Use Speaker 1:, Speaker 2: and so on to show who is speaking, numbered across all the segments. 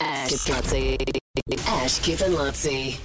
Speaker 1: Ash Lutzi. Ash Kip and Lutzi.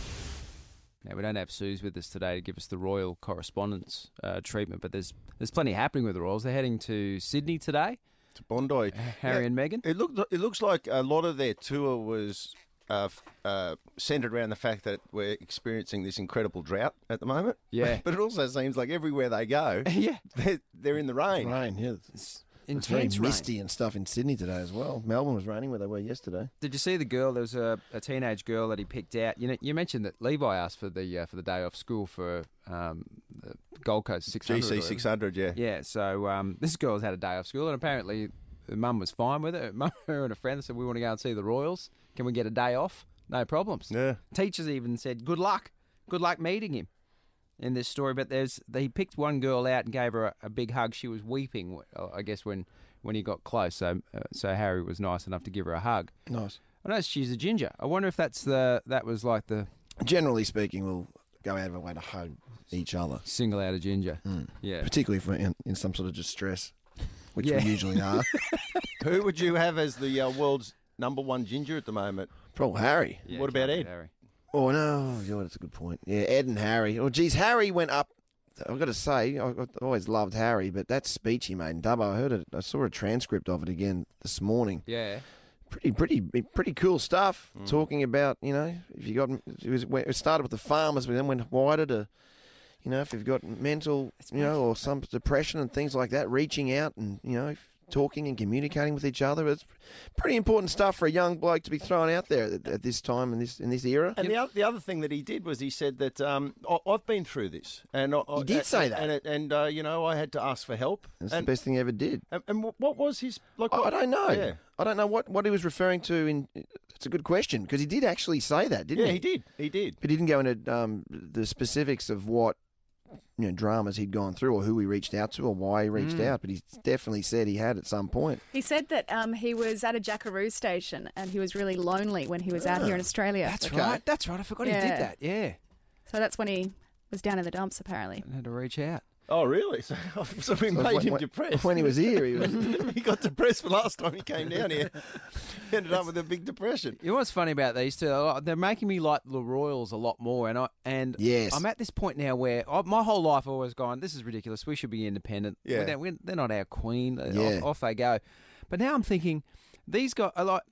Speaker 2: Now we don't have Suze with us today to give us the royal correspondence uh, treatment, but there's there's plenty happening with the Royals. They're heading to Sydney today.
Speaker 3: to Bondi.
Speaker 2: Harry and Meghan.
Speaker 3: It looked it looks like a lot of their tour was uh, f- uh, centered around the fact that we're experiencing this incredible drought at the moment.
Speaker 2: Yeah.
Speaker 3: but it also seems like everywhere they go,
Speaker 2: Yeah.
Speaker 3: they're, they're in the rain.
Speaker 4: rain. Yeah, it's, it's very
Speaker 2: Intense rain.
Speaker 4: misty and stuff in Sydney today as well. Melbourne was raining where they were yesterday.
Speaker 2: Did you see the girl? There was a, a teenage girl that he picked out. You know, you mentioned that Levi asked for the uh, for the day off school for um, the Gold Coast 600. or
Speaker 3: GC
Speaker 2: whatever.
Speaker 3: six hundred, yeah.
Speaker 2: Yeah, so um, this girl's had a day off school, and apparently her mum was fine with it. Her mum- Her and a friend said, "We want to go and see the Royals. Can we get a day off? No problems."
Speaker 3: Yeah.
Speaker 2: Teachers even said, "Good luck, good luck meeting him." In this story, but there's he picked one girl out and gave her a, a big hug. She was weeping, uh, I guess, when when he got close. So uh, so Harry was nice enough to give her a hug.
Speaker 4: Nice.
Speaker 2: I know she's a ginger. I wonder if that's the that was like the
Speaker 4: Generally speaking, we'll go out of our way to hug each other,
Speaker 2: single out of ginger. Yeah,
Speaker 4: particularly if we're in, in some sort of distress, which
Speaker 2: Yeah.
Speaker 4: we usually are.
Speaker 3: Who would you have as the uh, world's number one ginger at the moment?
Speaker 4: Probably Harry.
Speaker 2: Yeah,
Speaker 3: What about
Speaker 2: can't
Speaker 3: Ed?
Speaker 2: beat Harry.
Speaker 4: Oh no, you know, that's a good point. Yeah, Ed and Harry. Oh, geez, Harry went up. I've got to say, I- I've always loved Harry, but that speech he made in Dubbo, I heard it. I saw a transcript of it again this morning.
Speaker 2: Yeah.
Speaker 4: pretty pretty pretty cool stuff.
Speaker 3: Mm.
Speaker 4: Talking about you know if you got it was it started with the farmers, but then went wider to you know if you've got mental you know or some depression and things like that, reaching out and you know talking and communicating with each other. It's pretty important stuff for a young bloke to be thrown out there at, at this time in this in this era.
Speaker 3: And the, oth- the other thing that he did was he said that um, I, I've been through this, and I, I-
Speaker 4: He did
Speaker 3: and-
Speaker 4: say that.
Speaker 3: and it, and uh, you know I had to ask for help.
Speaker 4: That's
Speaker 3: and,
Speaker 4: the best thing he ever did.
Speaker 3: and, and wh- what was his like?
Speaker 4: I, I
Speaker 3: what-
Speaker 4: don't know.
Speaker 3: Yeah,
Speaker 4: I don't know what, what he was referring to. In it's a good question because he did actually say that, didn't
Speaker 3: yeah, he did. He did.
Speaker 4: But he didn't go into um, the specifics of what you know dramas he'd gone through, or who he reached out to, or why he reached
Speaker 3: Mm.
Speaker 4: out. But he definitely said he had at some point.
Speaker 5: He said that um, he was at a Jackaroo station and he was really lonely when he was out here in Australia.
Speaker 2: That's
Speaker 4: Okay.
Speaker 2: right. That's right. I forgot he
Speaker 5: Yeah.
Speaker 2: did that. Yeah.
Speaker 5: So that's when he was down in the dumps, apparently.
Speaker 2: And had to reach out.
Speaker 3: Oh, really? So, so we made
Speaker 4: When-
Speaker 3: him
Speaker 4: when-
Speaker 3: depressed.
Speaker 4: when he was here. He was
Speaker 3: he got depressed the last time he came down here. Ended up with a big depression.
Speaker 2: You know what's funny about these two? They're making me like the Royals a lot more, and I and
Speaker 4: Yes.
Speaker 2: I'm at this point now where I, my whole life I've always gone, this is ridiculous. We should be independent.
Speaker 3: Yeah.
Speaker 2: We're- we're- they're not our queen. Off-
Speaker 4: Yeah.
Speaker 2: Off, they go. But now I'm thinking, these guys are like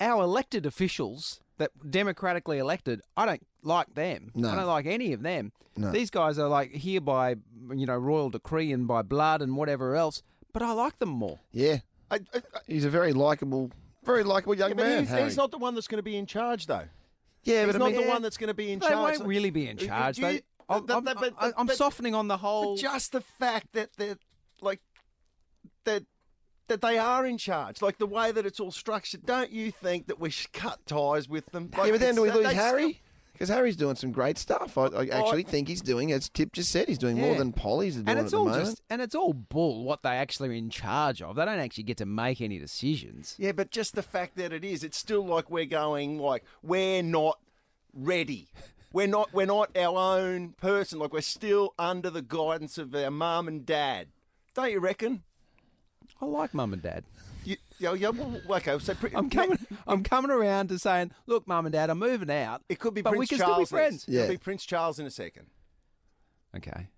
Speaker 2: our elected officials that democratically elected. I don't like them.
Speaker 4: No.
Speaker 2: I don't like any of them.
Speaker 4: No.
Speaker 2: These guys are like here by you know royal decree and by blood and whatever else. But I like them more.
Speaker 4: yeah,
Speaker 3: I, I, I,
Speaker 4: he's a very likable, very likable young
Speaker 3: yeah, but
Speaker 4: man.
Speaker 3: he's,
Speaker 4: Harry.
Speaker 3: he's not the one that's going to be in charge, though.
Speaker 4: yeah,
Speaker 3: he's
Speaker 4: but I
Speaker 3: not
Speaker 4: mean-
Speaker 3: the one that's going to be in
Speaker 2: They
Speaker 3: charge.
Speaker 2: won't really be in
Speaker 3: Do you-
Speaker 2: charge.
Speaker 3: do you-
Speaker 2: They- I'm,
Speaker 3: but-
Speaker 2: I'm-
Speaker 3: but- but-
Speaker 2: I- I'm
Speaker 3: but-
Speaker 2: softening on the whole.
Speaker 3: But just the fact that they're like that that they are in charge, like the way that it's all structured. Don't you think that we should cut ties with them? Like,
Speaker 4: yeah, but then do we
Speaker 3: it's-
Speaker 4: lose
Speaker 3: they still- Oh,
Speaker 4: Harry? Because Harry's doing some great stuff. I, I actually think he's doing, as Tip just said, he's doing more
Speaker 2: Yeah.
Speaker 4: than Polly's doing
Speaker 2: and it's
Speaker 4: at the
Speaker 2: all
Speaker 4: moment.
Speaker 2: just and it's all bull what they actually are in charge of. They don't actually get to make any decisions.
Speaker 3: Yeah, but just the fact that it is, it's still like we're going like we're not ready. We're not we're not our own person. Like we're still under the guidance of our mum and dad. Don't you reckon?
Speaker 2: I like mum and dad.
Speaker 3: You, yeah, yeah, well, okay, so pre-
Speaker 2: I'm coming. I'm coming around to saying, look, mum and dad, I'm moving out.
Speaker 3: It could be
Speaker 2: but
Speaker 3: Prince
Speaker 2: we can
Speaker 3: Charles.
Speaker 2: still be friends.
Speaker 3: Yeah. It'll
Speaker 4: Yeah.
Speaker 3: be Prince Charles in a second.
Speaker 2: Okay.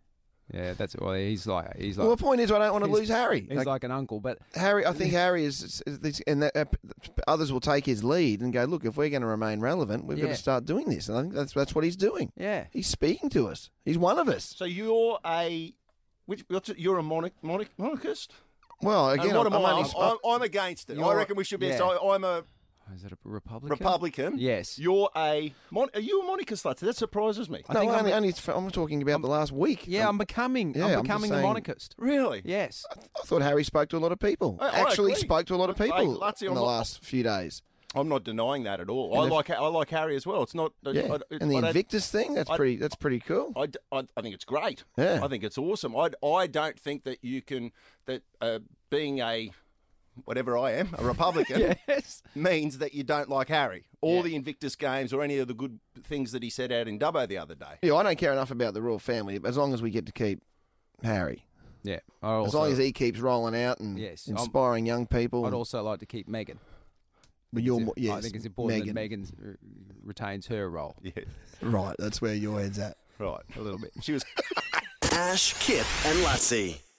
Speaker 2: Yeah, that's well. He's like he's like
Speaker 4: well, the point is, I don't want to
Speaker 2: he's-
Speaker 4: lose Harry.
Speaker 2: he's like, an uncle, but
Speaker 4: Harry, I think Harry is, is- is- and that, uh, others will take his lead and go, look, if we're going to remain relevant, we've got
Speaker 2: Yeah.
Speaker 4: to start doing this. And I think that's that's what he's doing.
Speaker 2: yeah,
Speaker 4: He's speaking to us. He's one of us.
Speaker 3: So you're a which what's it, you're a monarch, monarch monarchist?
Speaker 4: Well, again,
Speaker 3: and what
Speaker 4: I'm,
Speaker 3: am
Speaker 4: I'm
Speaker 3: I?
Speaker 4: only
Speaker 3: I'm, I'm, I'm against it. I
Speaker 2: You're-
Speaker 3: reckon we should be.
Speaker 2: yeah.
Speaker 3: So I'm a
Speaker 2: Oh, is it a Republican?
Speaker 3: Republican.
Speaker 2: Yes.
Speaker 3: You're a mon- are you a monarchist? Lutz? That surprises me.
Speaker 4: no,
Speaker 2: think
Speaker 4: I'm,
Speaker 2: I'm
Speaker 4: only, only- I'm talking about the last week.
Speaker 2: yeah, I'm
Speaker 4: I'm-
Speaker 2: becoming.
Speaker 4: um, yeah, I'm
Speaker 2: I'm
Speaker 4: just
Speaker 2: becoming the
Speaker 4: saying-
Speaker 2: monarchist.
Speaker 3: Really?
Speaker 2: Yes.
Speaker 4: I thought Harry spoke to a lot of people.
Speaker 3: I- I
Speaker 4: Actually,
Speaker 3: agree.
Speaker 4: spoke to a lot of
Speaker 3: Hey,
Speaker 4: people
Speaker 3: Lutzy,
Speaker 4: in
Speaker 3: I'm
Speaker 4: the
Speaker 3: not-
Speaker 4: last few days.
Speaker 3: I'm not denying that at all. I
Speaker 4: the-
Speaker 3: like I like Harry as well. It's not.
Speaker 4: Yeah,
Speaker 3: I, it-
Speaker 4: and the
Speaker 3: I don't-
Speaker 4: Invictus thing. That's
Speaker 3: I-
Speaker 4: pretty. That's pretty cool.
Speaker 3: I, d- I- I think it's great.
Speaker 4: Yeah.
Speaker 3: I think it's awesome. I, I don't think that you can that uh, being a whatever I am a Republican
Speaker 2: Yes.
Speaker 3: means that you don't like Harry or
Speaker 2: Yeah.
Speaker 3: the Invictus games or any of the good things that he said out in Dubbo the other day.
Speaker 4: yeah, I don't care enough about the royal family as long as we get to keep Harry.
Speaker 2: Yeah. I also,
Speaker 4: As long as he keeps rolling out and
Speaker 2: Yes, I'm-
Speaker 4: inspiring young people.
Speaker 2: I'd
Speaker 4: and-
Speaker 2: also like to keep Megan.
Speaker 4: But you're
Speaker 2: It's-
Speaker 4: more, yes,
Speaker 2: I think it's important
Speaker 4: Megan.
Speaker 2: that Megan retains her role.
Speaker 6: Yeah,
Speaker 4: Right, that's where your head's at.
Speaker 6: right. A little bit. She was
Speaker 3: Ash, Kip, and Lutzi.